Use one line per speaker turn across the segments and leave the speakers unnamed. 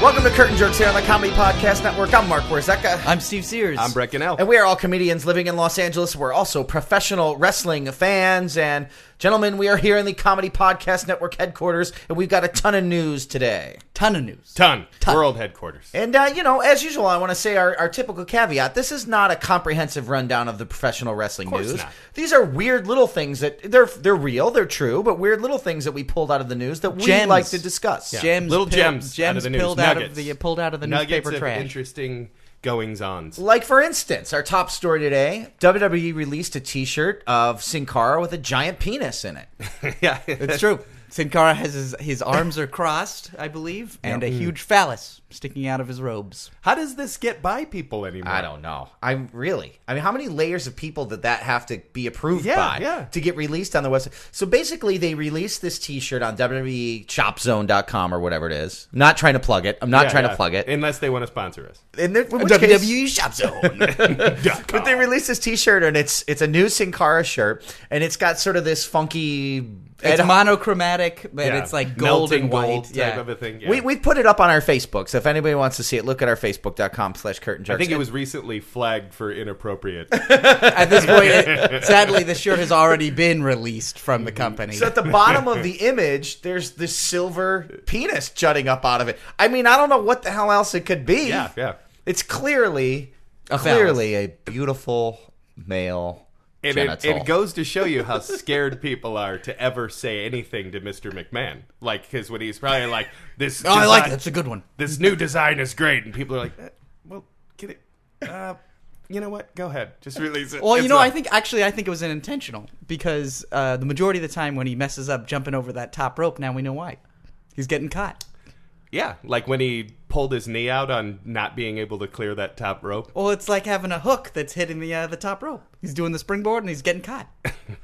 Welcome to Curtain Jerks here on the Comedy Podcast Network. I'm Mark Warzeka.
I'm Steve Sears.
I'm Brett Gannell.
And we are all comedians living in Los Angeles. We're also professional wrestling fans. And gentlemen, we are here in the Comedy Podcast Network headquarters, and we've got a ton of news today.
Ton of news.
Ton. World headquarters.
And, uh, you know, as usual, I want to say our, our typical caveat this is not a comprehensive rundown of the professional wrestling
course
news.
not.
These are weird little things that they're, they're real, they're true, but weird little things that we pulled out of the news that we
Gems.
like to discuss.
Gems.
Little
pill-
gems out of the news.
pulled out of
Nuggets.
the pulled out of the
Nuggets
newspaper
of
trash.
interesting goings ons.
Like for instance, our top story today: WWE released a T-shirt of Sin Cara with a giant penis in it.
yeah.
It's true. Sin Cara has his his arms are crossed, I believe, and
Mm.
a huge phallus sticking out of his robes.
How does this get by people anymore?
I don't know. I'm really. I mean, how many layers of people did that have to be approved
Yeah,
by
yeah.
to get released on the website? So basically, they released this T-shirt on E WWE ShopZone.com or whatever it is. Not trying to plug it. I'm not
Yeah,
trying
yeah.
to plug it.
Unless they want to sponsor us.
In the- in which case-
WWE Shop Zone.
But they released this T-shirt and it's it's a new Sin Cara shirt and it's got sort of this funky.
it's
Ed-
monochromatic, but
Yeah.
it's like gold
Melting
and white.
gold type
yeah.
of a thing. yeah.
We, we put it up on our Facebook, so if anybody wants to see it, look at our Facebook.com slash curtain jerks.
I think it
And-
was recently flagged for inappropriate.
At this point, it, sadly, the shirt has already been released from the company.
So at the bottom of the image, there's this silver penis jutting up out of it. I mean, I don't know what the hell else it could be.
Yeah, yeah.
It's clearly,
A
clearly a beautiful male
and it,
genital.
it goes to show you how scared people are to ever say anything to Mr. McMahon. Like, because when he's probably like, this.
oh, I like
design-
that. It's a good one.
This new design is great. And people are like, eh, well, get it. Uh, you know what? Go ahead. Just release it.
Well, you
It's
know,
not-
I think actually, I think it was intentional because uh, the majority of the time when he messes up jumping over that top rope, now we know why. He's getting caught.
Yeah, like when he pulled his knee out on not being able to clear that top rope.
Well, it's like having a hook that's hitting the uh, the top rope. He's doing the springboard and he's getting caught.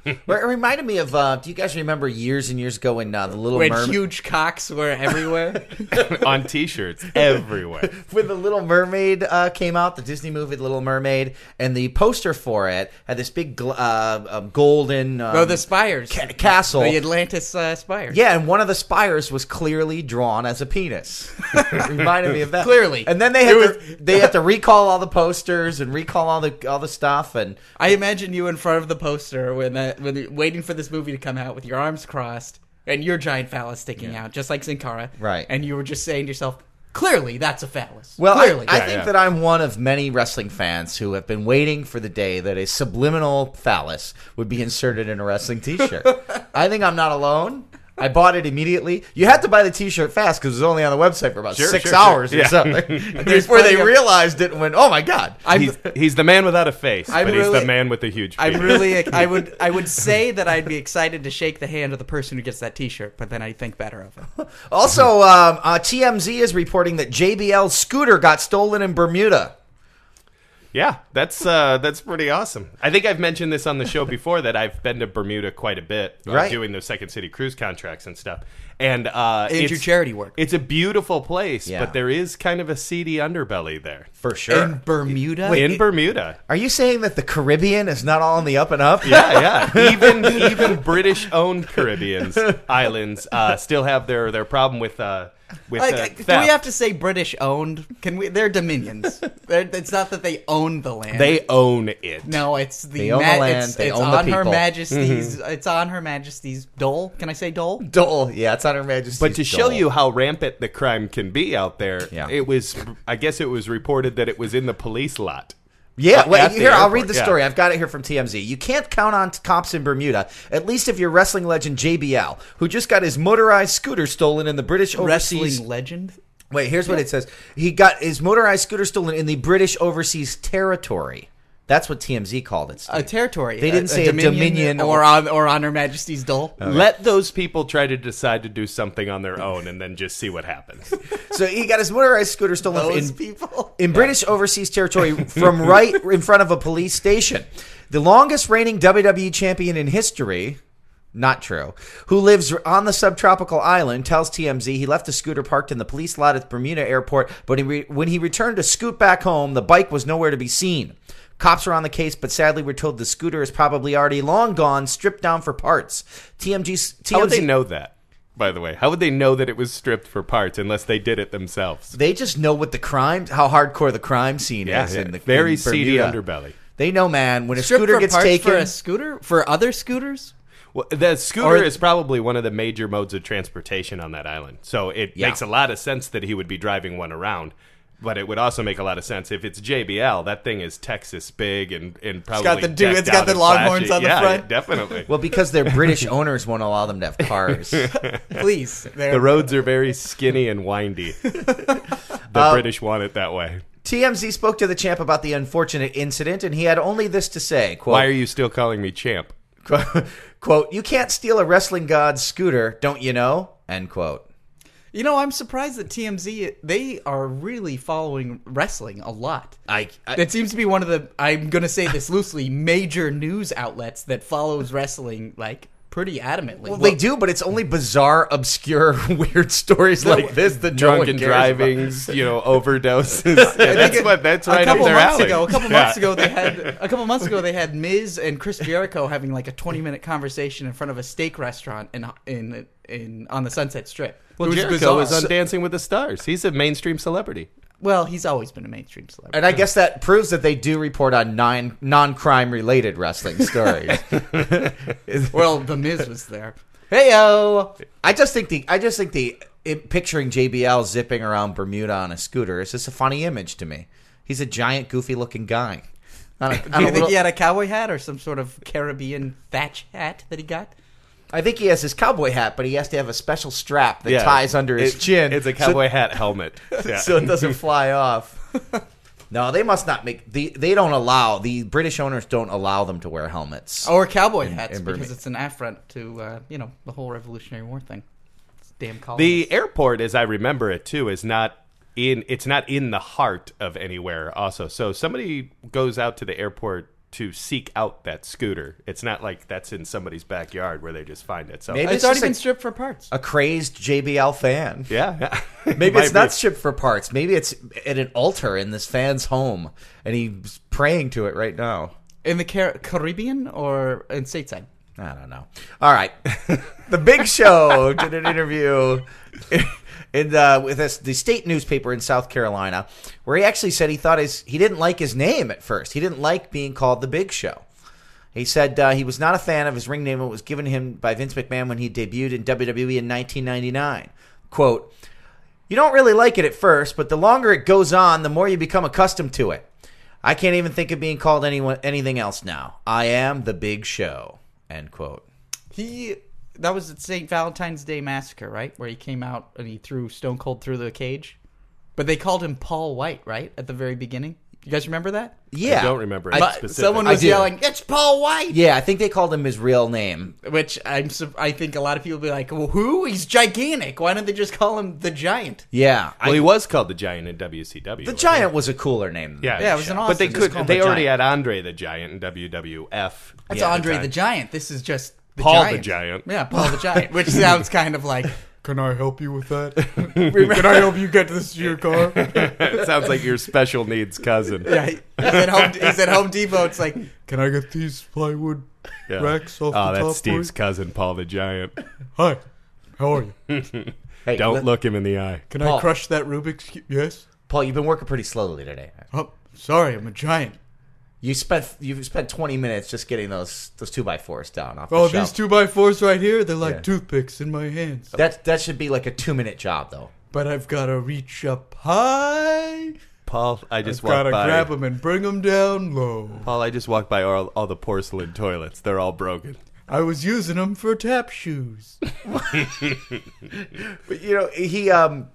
Well, It reminded me of. Uh, do you guys remember years and years ago when uh, the Little
When
Mermaid?
huge cocks were everywhere.
on t-shirts everywhere.
when the Little Mermaid uh, came out, the Disney movie The Little Mermaid, and the poster for it had this big gl- uh, um, golden um,
oh, the spires.
ca- castle.
The Atlantis uh, spires.
Yeah, and one of the spires was clearly drawn as a penis. Reminded me of that.
Clearly.
and then they had
It
to, they had to recall all the posters and recall all the all the stuff. And
I imagine you in front of the poster when that when you're waiting for this movie to come out with your arms crossed and your giant phallus sticking out, just like Sin Cara.
Right.
And you were just saying to yourself, clearly that's a phallus.
well, I,
clearly.
I
Yeah,
think
yeah.
that I'm one of many wrestling fans who have been waiting for the day that a subliminal phallus would be inserted in a wrestling T-shirt. I think I'm not alone. I bought it immediately. You had to buy the T-shirt fast because it was only on the website for about
Sure,
six
sure, sure.
hours or
Yeah.
something before they
plenty of-
realized it and went, "Oh my god!"
I'm-
He's, he's the man without a face,
I'm
but he's
really-
the man with a huge face.
I'm really. I would. I would say that I'd be excited to shake the hand of the person who gets that T-shirt, but then I think better of it.
Also, um, uh, TMZ is reporting that JBL's scooter got stolen in Bermuda.
yeah, that's uh, that's pretty awesome. I think I've mentioned this on the show before that I've been to Bermuda quite a bit, uh,
Right.
doing those second city cruise contracts and stuff. And uh,
And do
it's-
charity work
It's a beautiful place,
Yeah.
but there is kind of a seedy underbelly there
For sure.
in Bermuda.
in Bermuda.
Are you saying that the Caribbean is not all in the up and up?
Yeah, yeah. Even even British owned Caribbean islands uh, still have their their problem with uh with
Like,
uh,
like, do
theft.
we have to say British owned? Can we? They're dominions. They're, it's not that they own the land.
they own it.
no, it's the,
They own the land,
It's,
they
it's
own the
on
people.
Her
Mm-hmm.
Majesty's. It's on Her Majesty's dole. Can I say dole?
Dole. Yeah, it's on Her Majesty's.
But to show
dole.
you how rampant the crime can be out there,
Yeah.
it was I guess it was reported that it was in the police lot.
Yeah,
At
wait,
the
here, I'll
airport,
read the
yeah.
story. I've got it here from TMZ. You can't count on t- cops in Bermuda, at least if you're wrestling legend JBL, who just got his motorized scooter stolen in the British
Wrestling
overseas.
legend.
Wait, here's what it says. He got his motorized scooter stolen in the British overseas territory. That's what TMZ called it. Steve.
Uh.
A territory.
They
a-
didn't
a
say a dominion
or
or- Oh.
on or on Her Majesty's dole.
Let those people try to decide to do something on their own and then just see what happens.
So he got his motorized scooter stolen
Those
in,
people.
in British overseas territory from right in front of a police station. The longest reigning WWE champion in history, not true, who lives on the subtropical island, tells TMZ he left the scooter parked in the police lot at Bermuda airport, but he re- when he returned to scoot back home, the bike was nowhere to be seen. Cops are on the case, but sadly, we're told the scooter is probably already long gone, stripped down for parts. TMG, TMZ
How would they know that? by the way. How would they know that it was stripped for parts unless they did it themselves?
They just know what the crime, how hardcore the crime scene
Yeah,
is
yeah.
in the
very
in
seedy
Bermuda.
underbelly.
They know, man. When a
Strip
scooter
for
gets
parts
taken,
for a scooter for other scooters.
Well, the scooter
Or-
is probably one of the major modes of transportation on that island, so it
Yeah.
makes a lot of sense that he would be driving one around. But it would also make a lot of sense if it's JBL. That thing is Texas big and and probably
the dude-
decked
it's got
out
the
and
long
flashy.
horns on the
Yeah,
front.
Definitely.
well, because their British owners won't allow them to have cars.
Please,
the
They're-
roads are very skinny and windy. the
Uh,
British want it that way.
TMZ spoke to the champ about the unfortunate incident, and he had only this to say: quote,
Why are you still calling me champ?
"Quote: You can't steal a wrestling god's scooter, don't you know?" End quote.
You know, I'm surprised that TMZ they are really following wrestling a lot.
I, I
That seems to be one of the I'm going to say this loosely major news outlets that follows wrestling like pretty adamantly.
well, they do, but it's only bizarre, obscure, weird stories like this. The
Drunken drivings, you know, overdoses. Yeah, that's what. That's right
a
up
couple
their
months
alley.
ago, a couple
Yeah.
months ago they had a couple months ago they had Miz and Chris Jericho having like a 20 minute conversation in front of a steak restaurant in in in on the Sunset Strip. It
Well,
was
Jericho
bizarre.
was on Dancing with the Stars. He's a mainstream celebrity.
well, he's always been a mainstream celebrity.
And I guess that proves that they do report on nine non-crime related wrestling stories.
Well, the Miz was there. Heyo.
I just think the I just think the it, picturing JBL zipping around Bermuda on a scooter is just a funny image to me. He's a giant, goofy-looking guy. On a- on
Do
a
you think
little-
he had a cowboy hat or some sort of Caribbean thatch hat that he got?
I think he has his cowboy hat, but he has to have a special strap that
Yeah.
ties under his
It-
chin.
It's a
so-
cowboy hat helmet. Yeah.
so it doesn't fly off. No, they must not make the. They don't allow the British owners don't allow them to wear
Oh.
helmets.
Oh, Or cowboy hats
in
because
Burmese.
it's an affront to uh, you know the whole Revolutionary War thing. It's damn colonists.
the airport, as I remember it too, is not in. It's not in the heart of anywhere. Also, so somebody goes out to the airport to seek out that scooter. It's not like that's in somebody's backyard where they just find it. So
Maybe-
it's
it's
already
just a-
been stripped for parts.
A crazed JBL fan.
yeah,
Maybe it's
Might
not
be.
shipped for parts. Maybe it's at an altar in this fan's home, and he's praying to it right now.
In the Car- Caribbean or in stateside?
I don't know. All right, The Big Show did an interview in the, with this, the state newspaper in South Carolina, where he actually said he thought his he didn't like his name at first. He didn't like being called The Big Show. He said uh, he was not a fan of his ring name. It was given him by Vince McMahon when he debuted in WWE in 1999. Quote. You don't really like it at first, but the longer it goes on, the more you become accustomed to it. I can't even think of being called anyone anything else now. I am the big show. End quote.
He that was at St. Valentine's Day Massacre, right? Where he came out and he threw Stone Cold through the cage. But they called him Paul White, right? At the very beginning. You guys remember that?
Yeah.
don't remember it.
I-
But-
But
Specific.
someone
I
was
do.
yelling, "It's Paul White."
yeah, I think they called him his real name.
Which I'm, sur- I think a lot of people be like, well, "Who? He's gigantic. Why don't they just call him the Giant?"
Yeah.
well, he was called the Giant in WCW.
the
wasn't he?
Giant was a cooler name. Than
Yeah,
The
Yeah, it
Big
was
Show.
an
But they
Austin, just
could.
call him
They
the
already
Giant.
had Andre the Giant in WWF.
That's
Yeah,
Andre
the
the Giant. This is just the
Paul the
Giant.
Giant.
Yeah, Paul the Giant, which sounds kind of like. Can I help you with that? Can I help you get this to your car?
it sounds like your special needs cousin.
Yeah, he- he's at Home. He's at Home Depot. It's like,
Can I get these plywood
Yeah.
racks
Oh,
off the
that's
top? please?
Steve's cousin, Paul the Giant.
Hi, how are you?
Hey,
Don't
let-
look him in the eye.
Can
Paul.
I crush that Rubik's cube? Yes.
Paul, you've been working pretty slowly today.
Oh, sorry, I'm a giant.
You spent you spent twenty minutes just getting those those two by fours down off
Oh,
the shelf.
these two by fours right here, they're like
Yeah.
toothpicks in my hands.
that that should be like a two minute job though.
But I've got to reach up high.
Paul, I just
I've got
walked
to
by.
grab them and bring them down low.
Paul, I just walked by all, all the porcelain toilets. They're all broken.
I was using them for tap shoes.
But you know, he um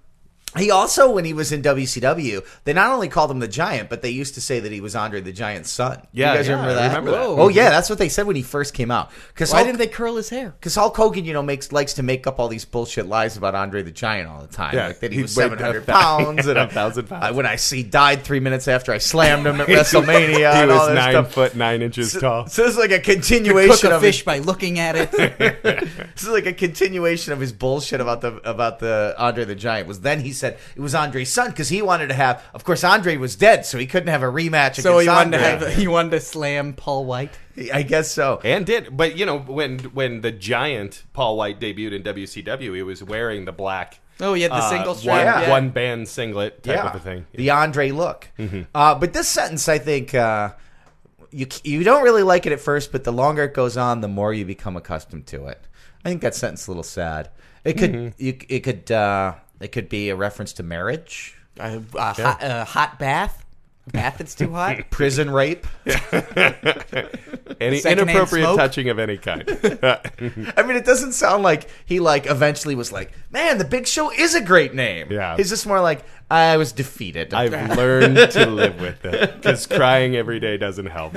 he also when he was in WCW, they not only called him the Giant, but they used to say that he was Andre the Giant's son.
Yeah,
you guys
yeah,
remember
I
that?
remember that.
Oh yeah, that's what they said when he first came out. Because
why didn't they curl his hair?
Because Hulk Hogan, you know, makes likes to make up all these bullshit lies about Andre the Giant all the time.
Yeah,
like that he,
he
was
weighed
seven hundred
a thou-
pounds and
a thousand pounds.
I- When I see died three minutes after I slammed him at WrestleMania.
he
and all
was
this
nine
stuff.
foot nine inches tall.
So this is like a
Cook
continuation
a
of his-
fish by looking at it.
this is like a continuation of his bullshit about the about the Andre the Giant. Was then he said it was Andre's son because he wanted to have. Of course, Andre was dead, so he couldn't have a rematch.
So
against
he wanted to
Andre.
have he wanted to slam Paul White.
I guess so.
And did, but you know, when when the giant Paul White debuted in WCW, he was wearing the black.
Oh, he had the
uh,
single
one,
strap. yeah.
one band singlet type
yeah,
of a thing.
the Andre look. Uh, but this sentence, I think. Uh, you, you don't really like it at first, but the longer it goes on, the more you become accustomed to it. I think that sentence is a little sad. It could you, it could uh, it could be a reference to marriage,
A, a hot, a hot bath, a bath that's too hot.
prison rape.
Any
Secondhand
inappropriate
smoke?
touching of any kind.
I mean, it doesn't sound like he like eventually was like, "Man, the Big Show is a great name."
Yeah.
he's just more like, "I was defeated."
I've learned to live with it because crying every day doesn't help.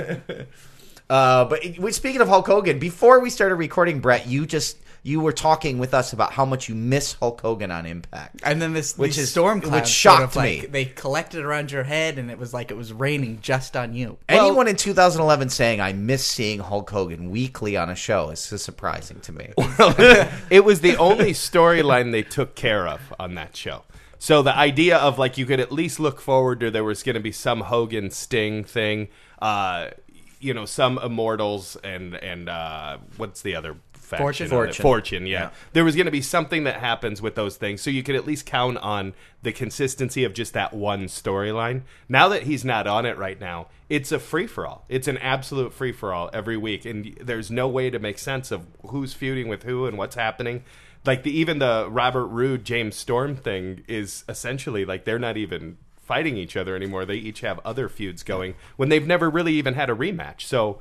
Uh, but it- we- speaking of Hulk Hogan, before we started recording, Brett, you just you were talking with us about how much you miss Hulk Hogan on Impact.
And then this
Which
these
is-
storm
which
clouds
shocked
sort of, like,
me.
They collected around your head, and it was like it was raining just on you.
Anyone in 2011 saying I miss seeing Hulk Hogan weekly on a show is so surprising to me.
it was the only storyline they took care of on that show. So the idea of like you could at least look forward to there was going to be some Hogan Sting thing, uh, you know, some Immortals and and uh, what's the other faction?
Fortune?
of it?
Fortune.
Fortune. Yeah. there was going to be something that happens with those things, so you could at least count on the consistency of just that one storyline. Now that he's not on it right now, it's a free for all. It's an absolute free for all every week, and there's no way to make sense of who's feuding with who and what's happening. Like the even the Robert Roode James Storm thing is essentially like they're not even fighting each other anymore. They each have other feuds going when they've never really even had a rematch. So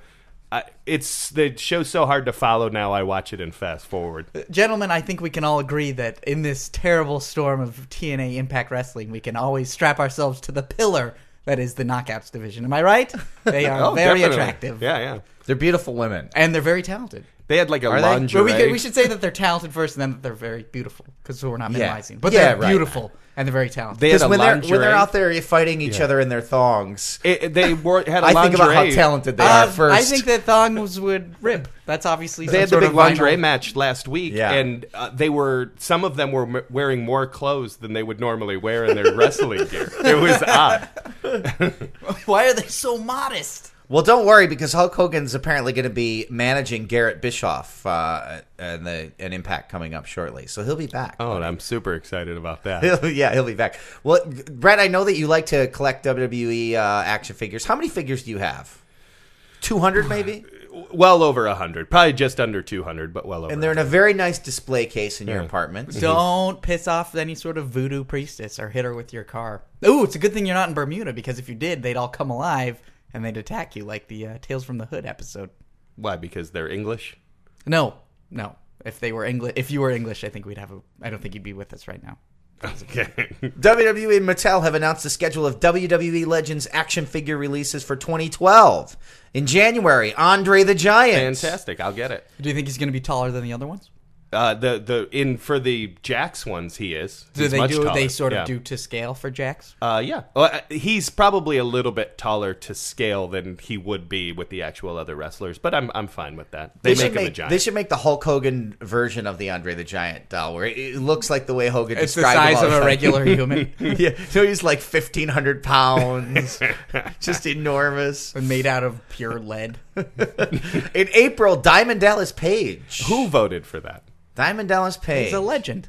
I, it's the show's so hard to follow now. I watch it and fast forward.
Uh,
Gentlemen, I think we can all agree that in this terrible storm of TNA Impact Wrestling, we can always strap ourselves to the pillar that is the Knockouts division. Am I right? They are very
Oh, Definitely.
attractive.
Yeah, yeah.
They're beautiful women.
And they're very talented.
They had like a
Are they?
lingerie.
But we, could, we should say that they're talented first, and then that they're very beautiful because we're not minimizing. But
Yeah,
they're
right.
beautiful and they're very talented.
They had
Because
a
when they're
lingerie.
when they're out there fighting each other in their thongs,
It- it- they wore, had a
I think about how
lingerie.
talented they are
Uh,
first.
I think that thongs would rip. That's obviously
They
some
had the
sort
big
of
lingerie
vinyl.
match last week,
Yeah.
and uh, they were some of them were m- wearing more clothes than they would normally wear in their wrestling gear. It was odd.
Why are they so modest?
Well, don't worry because Hulk Hogan's apparently going to be managing Garrett Bischoff uh, and the an Impact coming up shortly, so he'll be back.
Oh, and I'm super excited about that.
He'll- yeah, he'll be back. Well, Brett, I know that you like to collect WWE uh, action figures. How many figures do you have? Two hundred, maybe.
Well over hundred, probably just under two hundred, but well over.
And they're in a very nice display case in your apartment.
Don't piss off any sort of voodoo priestess or hit her with your car. Ooh, it's a good thing you're not in Bermuda because if you did, they'd all come alive and they'd attack you like the uh, Tales from the Hood episode.
Why? Because they're English.
No, no. If they were English, if you were English, I think we'd have a. I don't think you'd be with us right now.
Okay.
WWE E and Mattel have announced the schedule of WWE Legends action figure releases for 2012. In January, Andre the Giant.
Fantastic. I'll get it.
Do you think he's going to be taller than the other ones?
Uh, the the in for the Jax ones he is.
Do
He's
they
much
do? They
taller.
sort of
Yeah.
do to scale for Jax.
Uh, yeah, well, uh, he's probably a little bit taller to scale than he would be with the actual other wrestlers, but I'm I'm fine with that. They,
should
make him a giant.
They should make the Hulk Hogan version of the Andre the Giant doll, where it, it looks like the way Hogan
It's the
described him
size
all
of
the
a
time.
regular human,
yeah, so he's like 1,500 pounds, just enormous.
and made out of pure lead.
In April, Diamond Dallas Page.
Who voted for that?
Diamond Dallas Page.
He's a legend.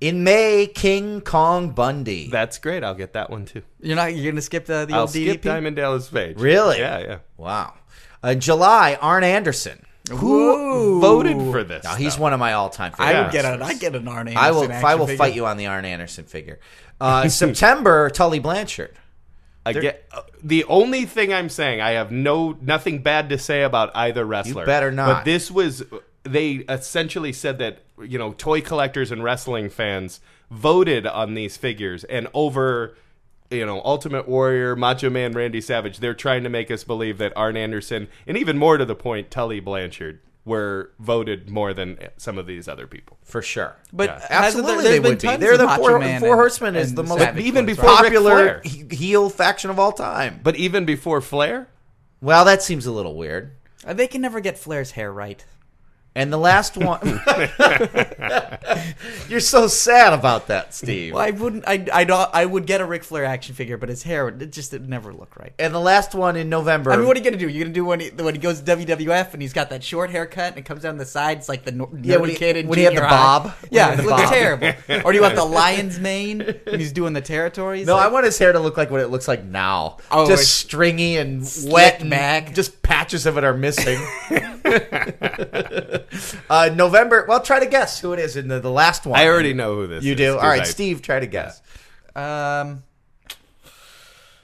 In May, King Kong Bundy.
That's great. I'll get that one too.
You're not. You're going to skip the the
I'll
old DDP.
skip Diamond Dallas Page.
Really?
Yeah, yeah.
wow. In July, Arn Anderson.
Ooh.
Voted for this.
Now, he's
stuff.
one of my all-time favorites.
I would get an. I get an Arn.
I will.
Anderson
I will
action
fight
figure.
you on the Arn Anderson figure. Uh, September, Tully Blanchard.
I get uh, the only thing I'm saying. I have no nothing bad to say about either wrestler.
better not.
But this was they essentially said that you know toy collectors and wrestling fans voted on these figures and over you know Ultimate Warrior, Macho Man, Randy Savage. They're trying to make us believe that Arn Anderson and even more to the point, Tully Blanchard were voted more than some of these other people.
For sure,
But
Yeah.
hasn't
absolutely
there-
they
there's been
would be.
tons
They're
of
the
Macho
four,
Man
four
and-
Horsemen is
and
the most
Savage
even
Ones,
before
right?
Ric
popular
Flair.
he- heel faction of all time.
But even before Flair,
Well, that seems a little weird.
Uh, they can never get Flair's hair right.
And the last one. You're so sad about that, Steve.
Well, I wouldn't. I I don't. I would get a Ric Flair action figure, but his hair would it just it never look right.
And the last one in November.
I mean, what are you gonna do? You're gonna do when he when he goes to WWF and he's got that short haircut and it comes down the sides like the nor-
Yeah, when
nerdy
he-
kid in
when he had
junior
the
high.
bob. When
Yeah,
he had
it
the
looks
bob.
terrible. Or do you want the lion's mane when he's doing the territories?
no,
Like,
I want his hair to look like what it looks like now.
Oh,
just
it's
stringy and wet and
back.
Just patches of it are missing. uh, November. Well, try to guess who it is in the, the last one.
I already know who this
You
is.
do? All
'cause
right,
I-
Steve, try to guess.
Um,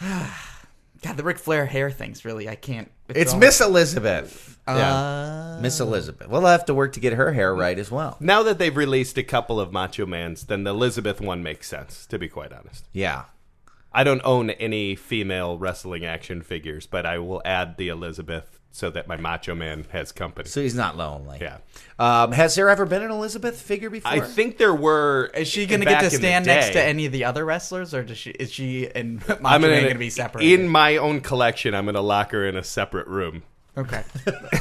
God, the Ric Flair hair thing's really I can't.
It's
all-
Miss Elizabeth.
Uh,
Miss Elizabeth. We'll have to work to get her hair right as well.
Now that they've released a couple of Macho Mans, then the Elizabeth one makes sense, to be quite honest.
Yeah.
I don't own any female wrestling action figures, but I will add the Elizabeth so that my Macho Man has company.
So he's not lonely.
Yeah.
Um, has there ever been an Elizabeth figure before?
I think there were.
Is she going to
back
get to
in the
stand next to
day-
any of the other wrestlers, or does she? Is she and Macho
I'm
Man
going
going to be separated?
In my own collection, I'm going to lock her in a separate room.
okay,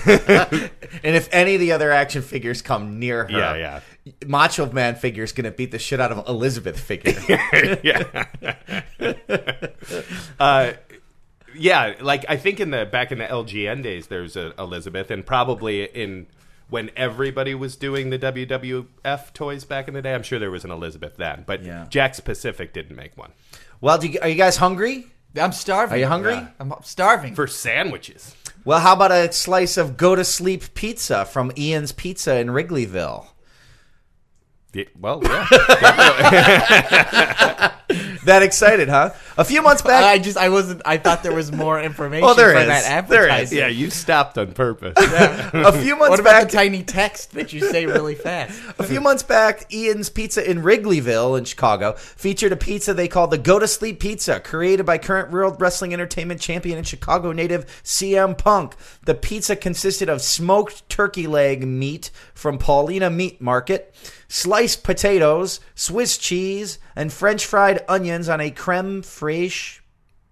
And if any of the other action figures come near her,
Yeah, yeah.
Macho Man figure's gonna beat the shit out of Elizabeth figure.
yeah. uh, yeah, like I think in the back in the LGN days, there's a Elizabeth, and probably in when everybody was doing the WWF toys back in the day, I'm sure there was an Elizabeth then. But
Yeah.
Jack's Pacific didn't make one
well, do you, are you guys hungry?
I'm starving.
Are you hungry?
I'm starving.
for sandwiches.
Well, how about a slice of go to sleep pizza from Ian's Pizza in Wrigleyville?
Yeah, well, yeah.
That excited, huh? A few months back,
I just I wasn't. I thought there was more information.
Oh, there
for
is.
That
There is.
advertising.
yeah, you stopped on purpose.
a few months
What about
back,
the tiny text that you say really fast?
A few months back, Ian's Pizza in Wrigleyville in Chicago featured a pizza they called the Go to Sleep Pizza, created by current World Wrestling Entertainment champion and Chicago native CM Punk. The pizza consisted of smoked turkey leg meat from Paulina Meat Market, sliced potatoes, Swiss cheese, and French fried onions on a creme fraiche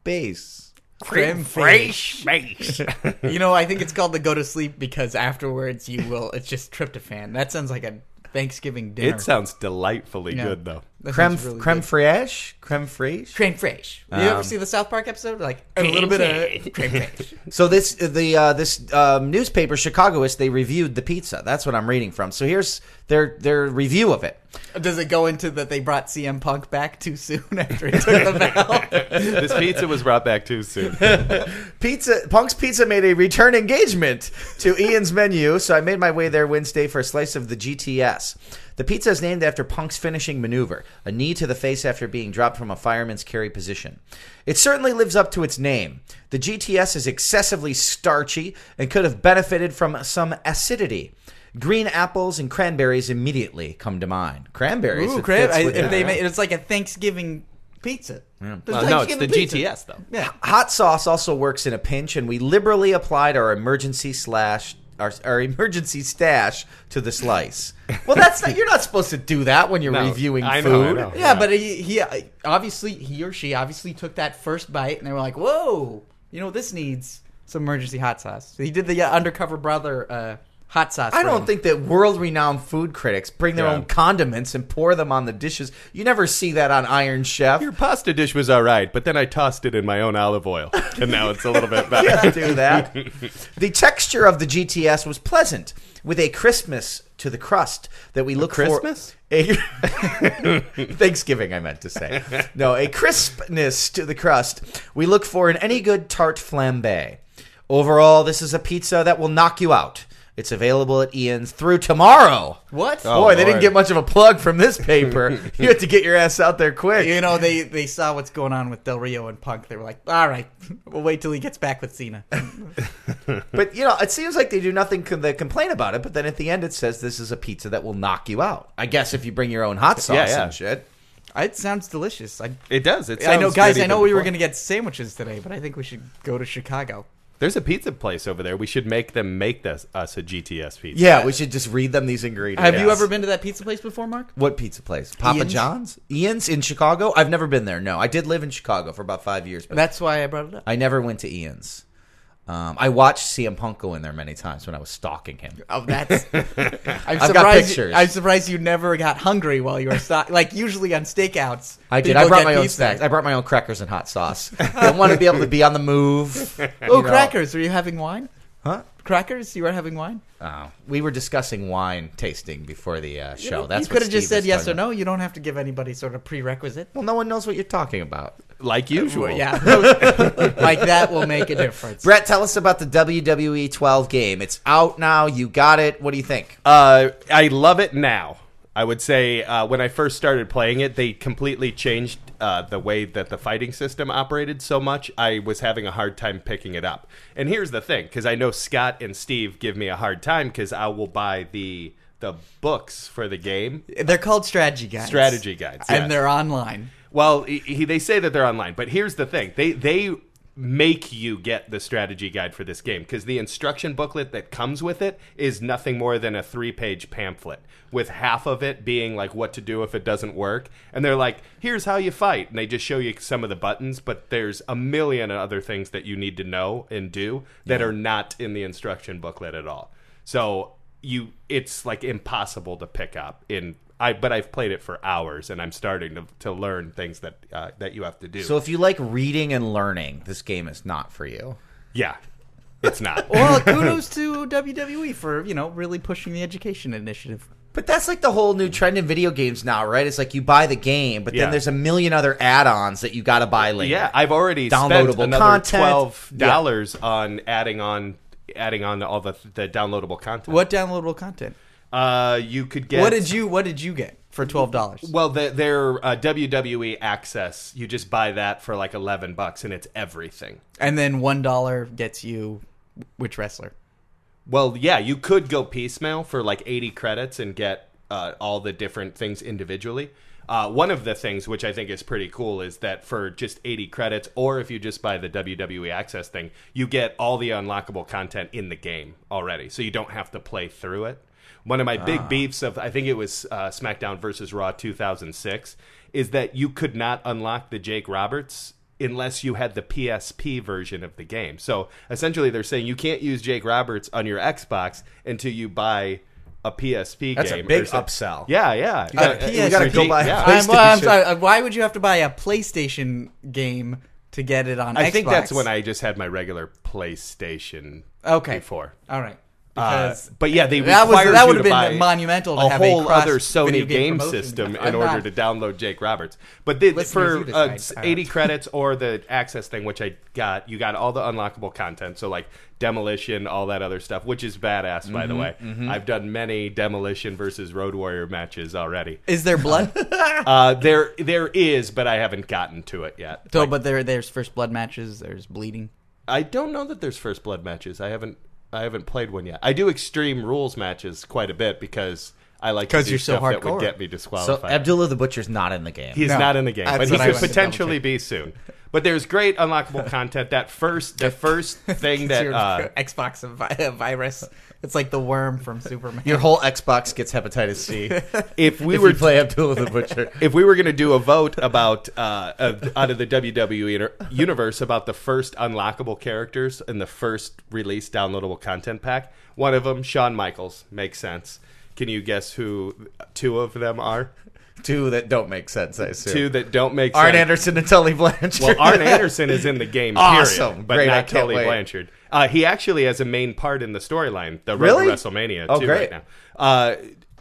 base.
Creme
Fresh face.
You know, I think it's called the go to sleep because afterwards you will. It's just tryptophan. That sounds like a Thanksgiving dinner.
It sounds delightfully
Yeah.
good, though.
That
Creme,
sounds really
creme Um,
good.
fraiche? Creme fraiche?
creme fraiche. you ever see the South Park episode? Like a little bit of creme fraiche.
So this the uh, this um, newspaper Chicagoist they reviewed the pizza. That's what I'm reading from. So here's their their review of it.
Does it go into that they brought CM Punk back too soon after he took the bell?
This pizza was brought back too soon.
Pizza Punk's Pizza made a return engagement to Ian's menu, so I made my way there Wednesday for a slice of the GTS. The pizza is named after Punk's finishing maneuver, a knee to the face after being dropped from a fireman's carry position. It certainly lives up to its name. The GTS is excessively starchy and could have benefited from some acidity. Green apples and cranberries immediately come to mind. Cranberries.
Ooh,
it
creme!
fits
I,
with
if
it.
they make, it's like a Thanksgiving pizza.
Well, no, it's the
Thanksgiving pizza.
GTS, though.
Yeah.
Hot sauce also works in a pinch, and we liberally applied our emergency slash our, our emergency stash to the slice. Well, that's not, you're not supposed to do that when you're
No,
reviewing
I know, I
food.
know.
Yeah,
Yeah.
but he, he obviously he or she obviously took that first bite and they were like, "Whoa, you know this needs some emergency hot sauce." So he did the uh, undercover brother uh, hot sauce.
I don't
rating.
think that world-renowned food critics bring their
Yeah.
own condiments and pour them on the dishes. You never see that on Iron Chef.
Your pasta dish was all right, but then I tossed it in my own olive oil, and now it's a little bit better.
do that. the texture of the GTS was pleasant, with a crispness to the crust that we look
Christmas?
for. A Thanksgiving, I meant to say. No, a crispness to the crust we look for in any good tart flambe. Overall, this is a pizza that will knock you out. It's available at Ian's through tomorrow.
what
Boy, they didn't
Oh, Lord.
get much of a plug from this paper. you had to get your ass out there quick.
you know they they saw what's going on with Del Rio and Punk. They were like, "All right, we'll wait till he gets back with Cena."
But you know, it seems like they do nothing. Com- they complain about it, but then at the end, it says this is a pizza that will knock you out. I guess if you bring your own hot sauce
Yeah, yeah.
and shit.
it sounds delicious. I
It does. It
I know,
sounds
guys.
good
I know
even
we were
before.
going to get sandwiches today, but I think we should go to Chicago.
There's a pizza place over there. We should make them make this, us a GTS pizza.
Yeah, we should just read them these ingredients.
Have you
Yes.
ever been to that pizza place before, Mark?
What pizza place? Papa
Ian's?
John's, Ian's in Chicago. I've never been there. No, I did live in Chicago for about five years, but
That's why I brought it up.
I never went to Ian's. Um, I watched CM Punk go in there many times when I was stalking him.
Oh, that's. I'm
got
surprised.
pictures.
I'm surprised you never got hungry while you were stock. Like usually on stakeouts,
I did.
people
I brought
get
my own
pizza. Oh,
snacks. I brought my own crackers and hot sauce. I want to be able to be on the move.
Oh,
you know.
crackers! Were you having wine?
Huh?
Crackers? You were having wine?
Oh, we were discussing wine tasting before the uh, show. That's
you could have
what
just
Steve
said
was
yes
talking
or no. You don't have to give anybody sort of prerequisite.
about. Well, no one knows what you're talking about.
like usual.
Oh.
Well, yeah, those- like that will make a difference.
Brett, tell us about the WWE 12 game. It's out now. You got it. What do you think?
Uh, I love it now. I would say uh, when I first started playing it, they completely changed uh, the way that the fighting system operated so much. I was having a hard time picking it up. And here's the thing, because I know Scott and Steve give me a hard time because I will buy the the books for the game,
They're called strategy guides.
strategy guides, yes.
and they're online.
Well, he, he, they say that they're online, but here's the thing: they they make you get the strategy guide for this game because the instruction booklet that comes with it is nothing more than a three-page pamphlet with half of it being like what to do if it doesn't work and they're like here's how you fight and they just show you some of the buttons but there's a million other things that you need to know and do that are not in the instruction booklet at all so you it's like impossible to pick up in I but I've played it for hours and I'm starting to, to learn things that uh, that you have to do.
So, if you like reading and learning, this game is not for you.
yeah. It's not.
Well, kudos to WWE for you know really pushing the education initiative.
But that's like the whole new trend in video games now, right? It's like you buy the game, but
Yeah.
then there's a million other add-ons that you got to buy later.
yeah, I've already spent
Downloadable
another
content.
twelve dollars on adding on adding on all the the downloadable content.
What downloadable content?
uh you could get
What did you What did you get for twelve dollars?
well, the, their uh, WWE access, you just buy that for like eleven bucks, and it's everything.
And then one dollar gets you which wrestler?
Well, yeah, you could go piecemeal for like 80 credits and get uh, all the different things individually. Uh, one of the things which I think is pretty cool is that for just 80 credits, or if you just buy the WWE Access thing, you get all the unlockable content in the game already. So you don't have to play through it. One of my big beefs of, I think it was uh, SmackDown versus Raw 2006, is that you could not unlock the Jake Roberts unless you had the PSP version of the game. So essentially, they're saying you can't use Jake Roberts on your Xbox until you buy a PSP
That's a
game. or
big
some-
upsell.
Yeah, yeah.
got
a
Uh,
PS- we gotta
go buy a
yeah.
I'm, well, I'm
PlayStation.
sorry. uh, Why would you have to buy a PlayStation game to get it on?
I think that's
Xbox?
when I just had my regular PlayStation
Okay.
before.
All right.
Uh,
Because
but yeah, they
That was-
required
that
you
would've
to
been
buy
monumental to
a
have a
whole
cross
other
video
Sony game,
game promotion.
system
I'm
in order
not-
to download Jake Roberts. But the,
Listeners, you
for uh,
decide.
80 credits or the access thing, which I got, you got all the unlockable content. So like demolition, all that other stuff, which is badass by
Mm-hmm,
the way. I've done many demolition versus Road Warrior matches already.
is there blood?
Uh, there there is, but I haven't gotten to it yet.
so, but there, there's first blood matches. There's bleeding.
I don't know that there's first blood matches. I haven't I haven't played one yet. I do extreme rules matches quite a bit because I like to
'Cause
do
you're so
stuff that
hardcore.
would get me
So
disqualified.
Abdullah the Butcher's not in the game.
He's
No,
not in the game, but
that's
he
what I
could
wanted to
potentially be soon. But there's great unlockable content. That first the first thing that
Your
uh,
Xbox vi- virus. It's like the worm from Superman.
Your whole Xbox gets hepatitis C.
if we
we
were
would play Abdullah the Butcher.
if we were going to do a vote about uh, of, out of the WWE inter- universe about the first unlockable characters and the first release downloadable content pack, one of them, Shawn Michaels, makes sense. Can you guess who two of them are?
Two that don't make sense, I assume.
Two that don't make
Arn
sense.
Anderson and Tully Blanchard.
Well, Arn Anderson is in the game,
Awesome.
period, but
Great, I can't
not Tully
wait.
Blanchard. Uh, he actually has a main part in the storyline, the Road
Really?
to WrestleMania,
Oh,
too,
great.
right now. Uh,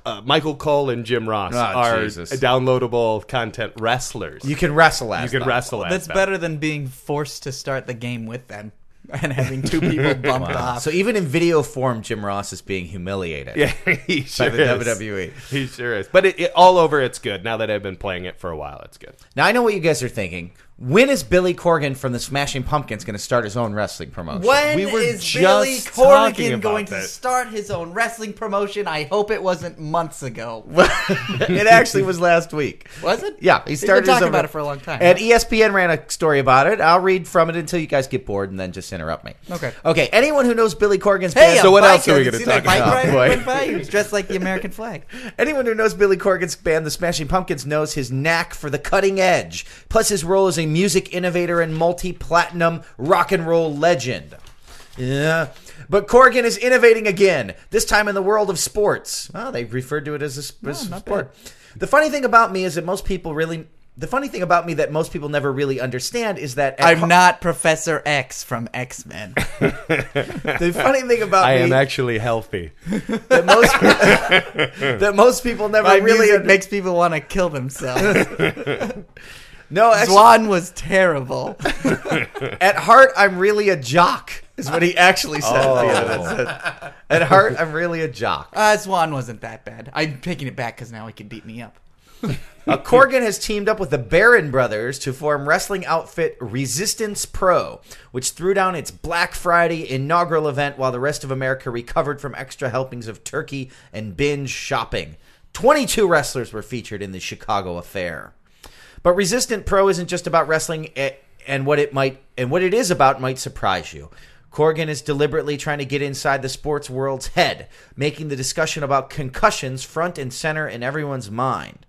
uh, Michael Cole and Jim Ross
Oh,
are
Jesus.
downloadable content wrestlers.
you can wrestle as
You can
them.
wrestle as
That's
them.
better than being forced to start the game with them and having two people bumped off.
Uh, So even in video form, Jim Ross is being humiliated.
Yeah, he sure
the
is.
WWE.
He sure is. But it, it, all over, it's good. Now that I've been playing it for a while, it's good.
Now I know what you guys are thinking. When is Billy Corgan from the Smashing Pumpkins going to start his own wrestling promotion?
When
We were
is
just
Billy
talking
Corrigan
about
going to
that.
start his own wrestling promotion? I hope it wasn't months ago.
it actually was last week.
Was it?
Yeah, he
He's been
started his
talking
own-
about it for a long time,
And E
huh?
ESPN ran a story about it. I'll read from it until you guys get bored, and then just interrupt me.
Okay.
Okay. Anyone who knows Billy Corgan's
Hey,
band,
So
a
what
biker.
else are we
You
gonna
see
talk
that bike
about,
rider
boy?
went by? He was dressed like the American flag.
anyone who knows Billy Corgan's band, the Smashing Pumpkins, knows his knack for the cutting edge, plus his role as a music innovator and multi-platinum rock and roll legend. Yeah. But Corgan is innovating again, this time in the world of sports. Oh, they referred to it as a sp- as
not
sport. The funny thing about me is that most people really. The funny thing about me that most people never really understand is that at
I'm
hea-
not Professor X from X Men.
the funny thing about
I am
me
actually healthy.
that most that most people never
My
really
music
under-
makes people want to kill themselves.
no actually,
Swan was terrible.
at heart I'm really a jock is what he actually said. at
Oh.
the end of that sentence. At heart I'm really a jock.
Uh, Swan wasn't that bad. I'm taking it back because now he can beat me up.
Uh, Corgan has teamed up with the Baron brothers to form wrestling outfit Resistance Pro, which threw down its Black Friday inaugural event while the rest of America recovered from extra helpings of turkey and binge shopping. 22 wrestlers were featured in the Chicago affair. But Resistant Pro isn't just about wrestling eh, and what it might and what it is about might surprise you. Corgan is deliberately trying to get inside the sports world's head, making the discussion about concussions front and center in everyone's mind.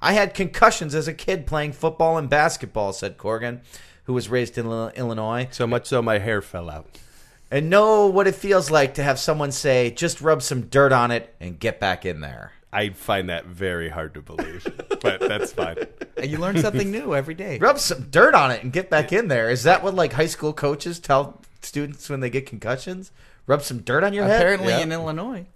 I had concussions as a kid playing football and basketball, said Corgan, who was raised in Ill- Illinois,
So much so my hair fell out.
and know what it feels like to have someone say, just rub some dirt on it and get back in there.
I find that very hard to believe, but that's fine.
And Uh, You learn something new every day.
Rub some dirt on it and get back in there. Is that what like high school coaches tell students when they get concussions? Rub some dirt on your head.
Apparently
Yeah.
in Illinois.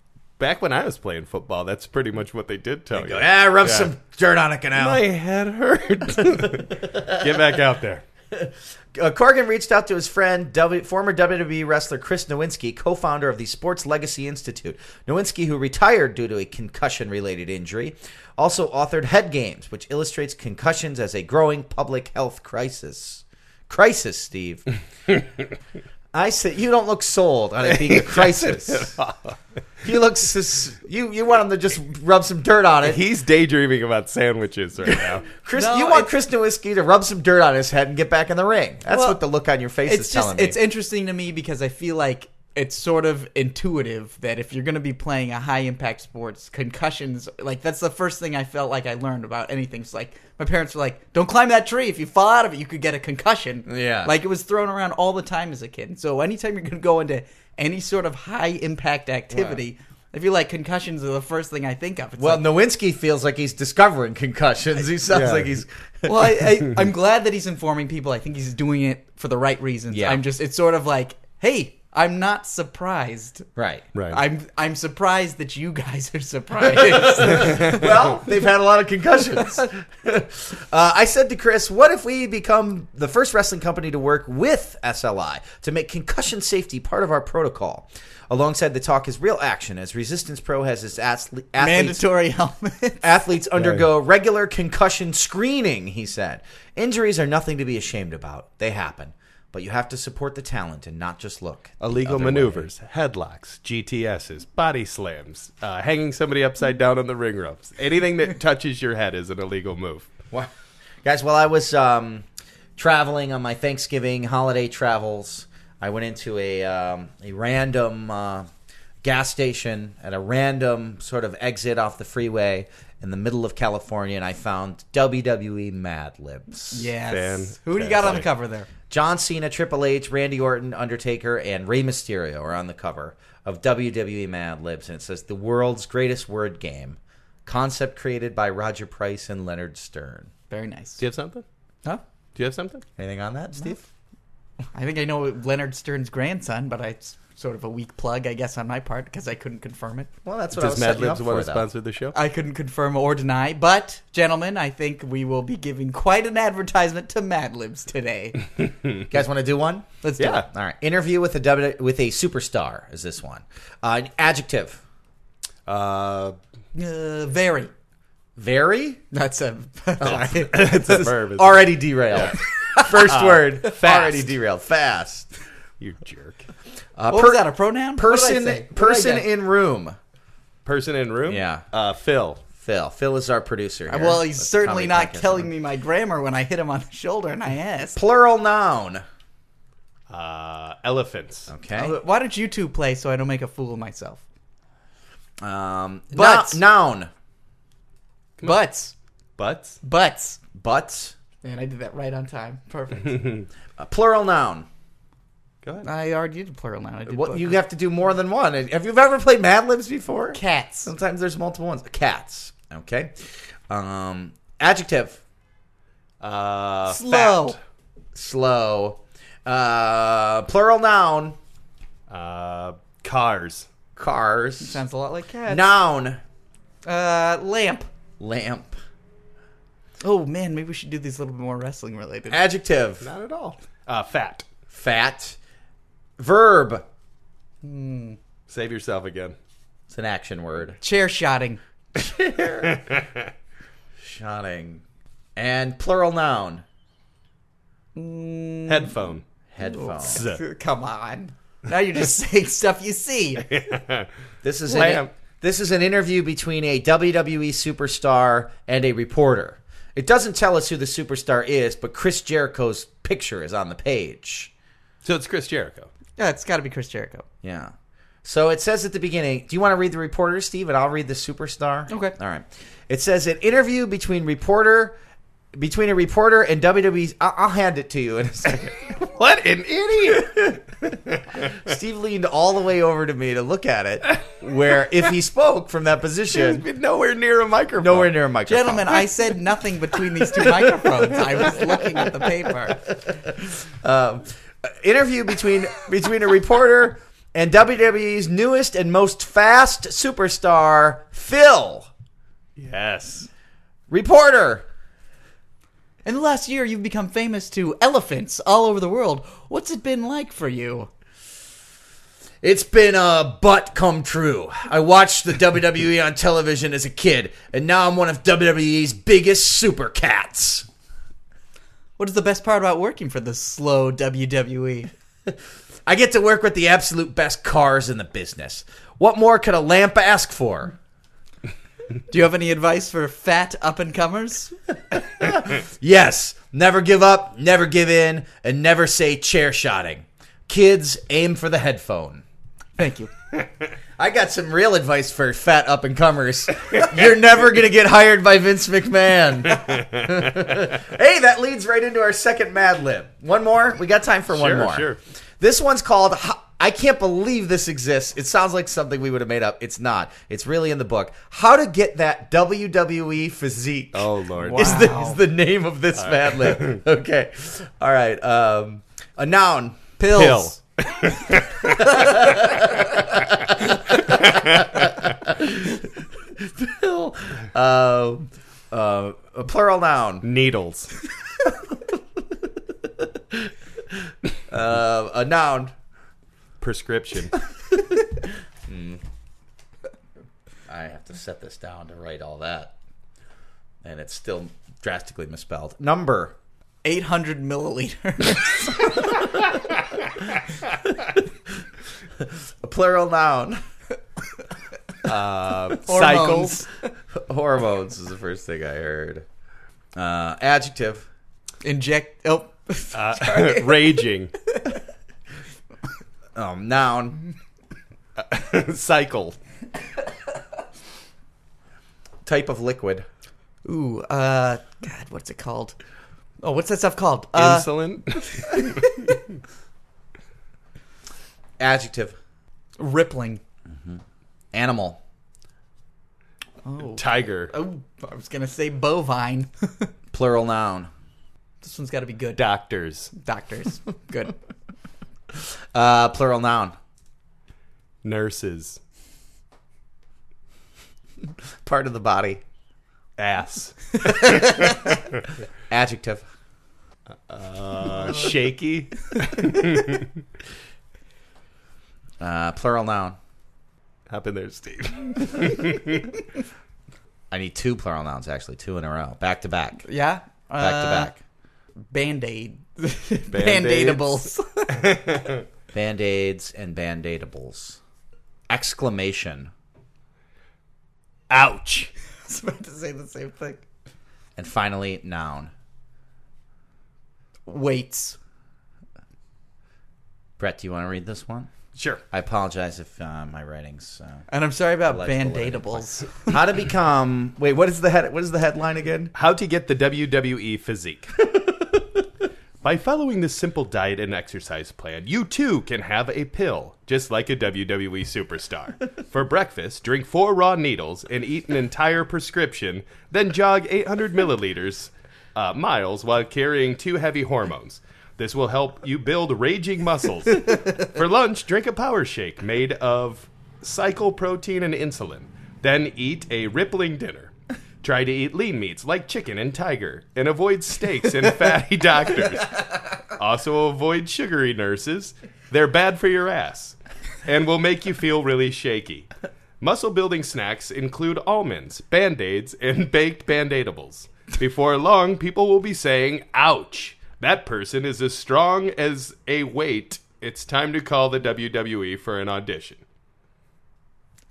Back when I was playing football, that's pretty much what they did tell you.
Yeah, rub
Yeah.
some dirt on it, canal.
My head hurt. Get back out there.
uh, Corgan reached out to his friend, w, former WWE wrestler Chris Nowinski, co-founder of the Sports Legacy Institute. Nowinski, who retired due to a concussion-related injury, also authored Head Games, which illustrates concussions as a growing public health crisis. Crisis, Steve. I said you don't look sold on it being a crisis. you look sus- you you want him to just rub some dirt on it.
He's daydreaming about sandwiches right now.
Chris,
No,
you want
it's-
Chris Nowinski to rub some dirt on his head and get back in the ring. That's
Well,
what the look on your face
It's
is
just
telling me.
it's interesting to me because I feel like it's sort of intuitive that if you're going to be playing a high impact sports, concussions like that's the first thing I felt like I learned about anything. It's like my parents were like, "Don't climb that tree. If you fall out of it, you could get a concussion."
Yeah.
like it was thrown around all the time as a kid. So anytime you're going to go into any sort of high impact activity. I feel like concussions are the first thing I think of. It's
Well,
like,
Nowinski feels like he's discovering concussions. He sounds
Yeah.
like he's.
well, I, I, I'm glad that he's informing people. I think he's doing it for the right reasons.
Yeah.
I'm just, it's sort of like, hey, I'm not surprised.
Right.
Right.
I'm I'm surprised that you guys are surprised.
Well, they've had a lot of concussions. uh, I said to Chris, what if we become the first wrestling company to work with SLI to make concussion safety part of our protocol? Alongside the talk is real action as Resistance Pro has its athle- athletes
Mandatory helmet.
Athletes undergo regular concussion screening, he said. Injuries are nothing to be ashamed about. They happen. But you have to support the talent and not just look. the
Illegal
other way.
maneuvers, headlocks, GTSs, body slams, uh, hanging somebody upside down on the ring ropes. Anything that touches your head is an illegal move.
Wha- Guys, while I was um, traveling on my Thanksgiving holiday travels, I went into a, um, a random uh, gas station at a random sort of exit off the freeway in the middle of California, and I found WWE Mad Libs.
yes. Who do you got on the
Fantastic.
cover there?
John Cena, Triple H, Randy Orton, Undertaker, and Rey Mysterio are on the cover of WWE Mad Libs, and it says the world's greatest word game, concept created by Roger Price and Leonard Stern.
Very nice.
Do you have something?
Huh?
Do you have something?
Anything on that, Steve?
I think I know Leonard Stern's grandson, but I, it's sort of a weak plug, I guess, on my part because I couldn't confirm it.
Well, that's what I
Does
was
Mad
setting you
Libs
up
want to
for, though.
sponsor the show?
I couldn't confirm or deny, but gentlemen, I think we will be giving quite an advertisement to Mad Libs today.
You guys want to do one?
Let's do
Yeah.
it.
All right. Interview with a w- with a superstar is this one. Uh, an adjective.
Uh,
Uh, very.
Very
That's a. Oh.
it's a verb. isn't it?
already derailed. First word.
Uh, fast.
Already derailed. Fast.
You jerk.
Uh,
what
per-
was that? A pronoun? What did I say?
person
What did I
person
get?
in room.
Person in room?
Yeah.
Uh, Phil.
Phil. Phil is our producer. here.
Uh, Well, he's
That's
certainly
comedy
not
podcast.
telling me my grammar when I hit him on the shoulder and I asked.
Plural noun.
Uh, elephants.
Okay.
Uh, Why don't you two play so I don't make a fool of myself? Oh.
Um,
Butts.
nou- noun.
Butts.
Butts.
Butts.
Butts.
And I did that right on time. Perfect.
A plural noun.
Go ahead.
I already did plural noun. I did
What
both.
you have to do more than one. Have you ever played Mad Libs before?
cats.
Sometimes there's multiple ones. Cats. Okay. Um, adjective.
Uh,
Slow.
fat.
Slow. Uh, plural noun.
Uh, cars.
Cars.
Sounds a lot like cats.
Noun.
Uh, lamp.
Lamp.
Oh man, maybe we should do these a little bit more wrestling related.
Adjective.
Not at all. Uh, fat.
Fat. Verb.
Save yourself again.
It's an action word.
Chair shotting.
Shotting. And plural noun. Mm.
Headphone.
Headphone.
Z.
Come on. Now you're just saying stuff you see.
This is an,
Lamp.
this is an interview between a WWE superstar and a reporter. It doesn't tell us who the superstar is, but Chris Jericho's picture is on the page.
So it's Chris Jericho.
Yeah, it's got to be Chris Jericho.
Yeah. So it says at the beginning, do you want to read the reporter, Steve? And I'll read the superstar.
Okay.
All right. It says an interview between reporter between a reporter and WWE. I- I'll hand it to you in a second.
What an idiot!
Steve leaned all the way over to me to look at it, where if he spoke from that
He's
position,
been nowhere near a microphone.
nowhere near a microphone.
Gentlemen, I said nothing between these two microphones. I was looking at the paper.
um, interview between between a reporter and WWE's newest and most fast superstar, Phil.
Yes.
Reporter.
In the last year, you've become famous to elephants all over the world. What's it been like for you?
It's been a butt come true. I watched the WWE on television as a kid, and now I'm one of WWE's biggest super cats.
What is the best part about working for the slow E? WWE?
I get to work with the absolute best cars in the business. What more could a lamp ask for?
Do you have any advice for fat up and comers?
Yes, never give up, never give in, and never say chair shotting. Kids, aim for the headphone.
Thank you.
I got some real advice for fat up and comers. You're never going to get hired by Vince McMahon. hey, that leads right into our second Mad Lib. One more? We got time for one
Sure,
more.
sure.
This one's called Ho- I can't believe this exists. It sounds like something we would have made up. It's not. It's really in the book. How to get that WWE physique.
Oh lord.
Is the, is the name of this Mad Lib. Okay. All right. Um, a noun.
Pills.
Pill.
Pill. Uh, uh, a plural noun.
Needles.
Uh, a noun.
Prescription.
I have to set this down to write all that. And it's still drastically misspelled. Number.
800 milliliters.
A plural noun.
Uh,
Hormones.
cycles.
Hormones is the first thing I heard. Uh, adjective.
Inject. Oh.
Uh, raging.
Um, noun.
Cycle.
Type of liquid.
Ooh. Uh. God, what's it called? Oh, what's that stuff called? Uh,
Insulin.
Adjective.
rippling.
Animal.
Oh.
Tiger.
Oh, I was gonna say bovine.
Plural noun.
this one's got to be good.
Doctors.
Doctors, good.
Uh, plural noun.
Nurses.
Part of the body.
Ass.
Adjective.
Uh, shaky.
Uh, plural noun.
Hop in there, Steve.
I need two plural nouns, actually. Two in a row. Back to back.
Yeah. Uh,
Back to back.
Band aid. Band aidables.
Band aids and band aidables. Exclamation.
Ouch.
I was about to say the same thing.
And finally, noun.
Weights.
Brett, do you want to read this one?
Sure.
I apologize if uh, my writing's. Uh...
And I'm sorry about
Delightful
band aidables.
How to become? Wait, what is the head? What is the headline again?
How to get the WWE physique. E By following this simple diet and exercise plan, you too can have a pill, just like a WWE superstar. For breakfast, drink four raw needles and eat an entire prescription, then jog 800 milliliters uh, miles while carrying two heavy hormones. This will help you build raging muscles. For lunch, drink a power shake made of cycle protein and insulin, then eat a rippling dinner. Try to eat lean meats like chicken and tiger, and avoid steaks and fatty doctors. Also, avoid sugary nurses. They're bad for your ass and will make you feel really shaky. Muscle building snacks include almonds, band aids, and baked band aidables. Before long, people will be saying, ouch, that person is as strong as a weight. It's time to call the WWE for an audition.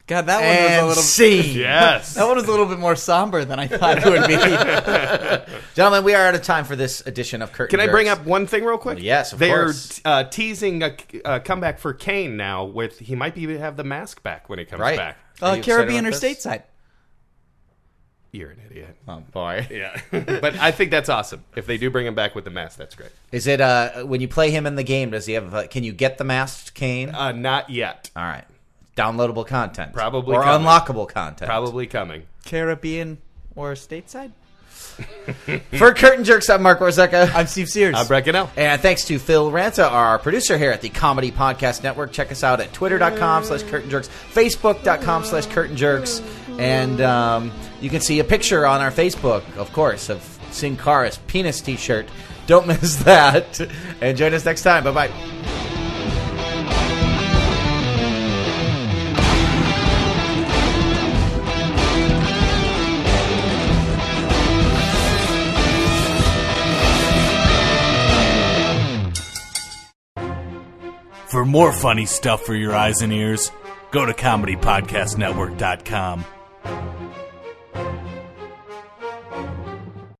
God, that one
And
was a little.
scene.
Yes.
That one was a little bit more somber than I thought it would be. Uh,
Gentlemen, we are out of time for this edition of Curtain
Can I bring
Jerks.
up one thing real quick?
Yes, of
They're
course.
uh, teasing a, a comeback for Kane now. With he might even have the mask back when he comes
Right.
back.
Are
Uh,
you upset
Caribbean or
about this?
stateside?
You're an idiot.
Oh boy.
Yeah, but I think that's awesome. If they do bring him back with the mask, that's great.
Is it uh when you play him in the game? Does he have? Uh, can you get the masked Kane?
Uh, not yet.
All right, downloadable content,
Probably
or
coming.
unlockable content.
Probably coming.
Caribbean or stateside?
For Curtain Jerks, I'm Mark Warzeka.
I'm Steve Sears.
I'm Brecken out.
And thanks to Phil Ranta, our producer here at the Comedy Podcast Network. Check us out at twitter.com slash curtain jerks, facebook.com slash curtain jerks. And um, you can see a picture on our Facebook, of course, of Sin Cara's penis t shirt. Don't miss that. And join us next time. Bye bye.
For more funny stuff for your eyes and ears, go to ComedyPodcastNetwork.com.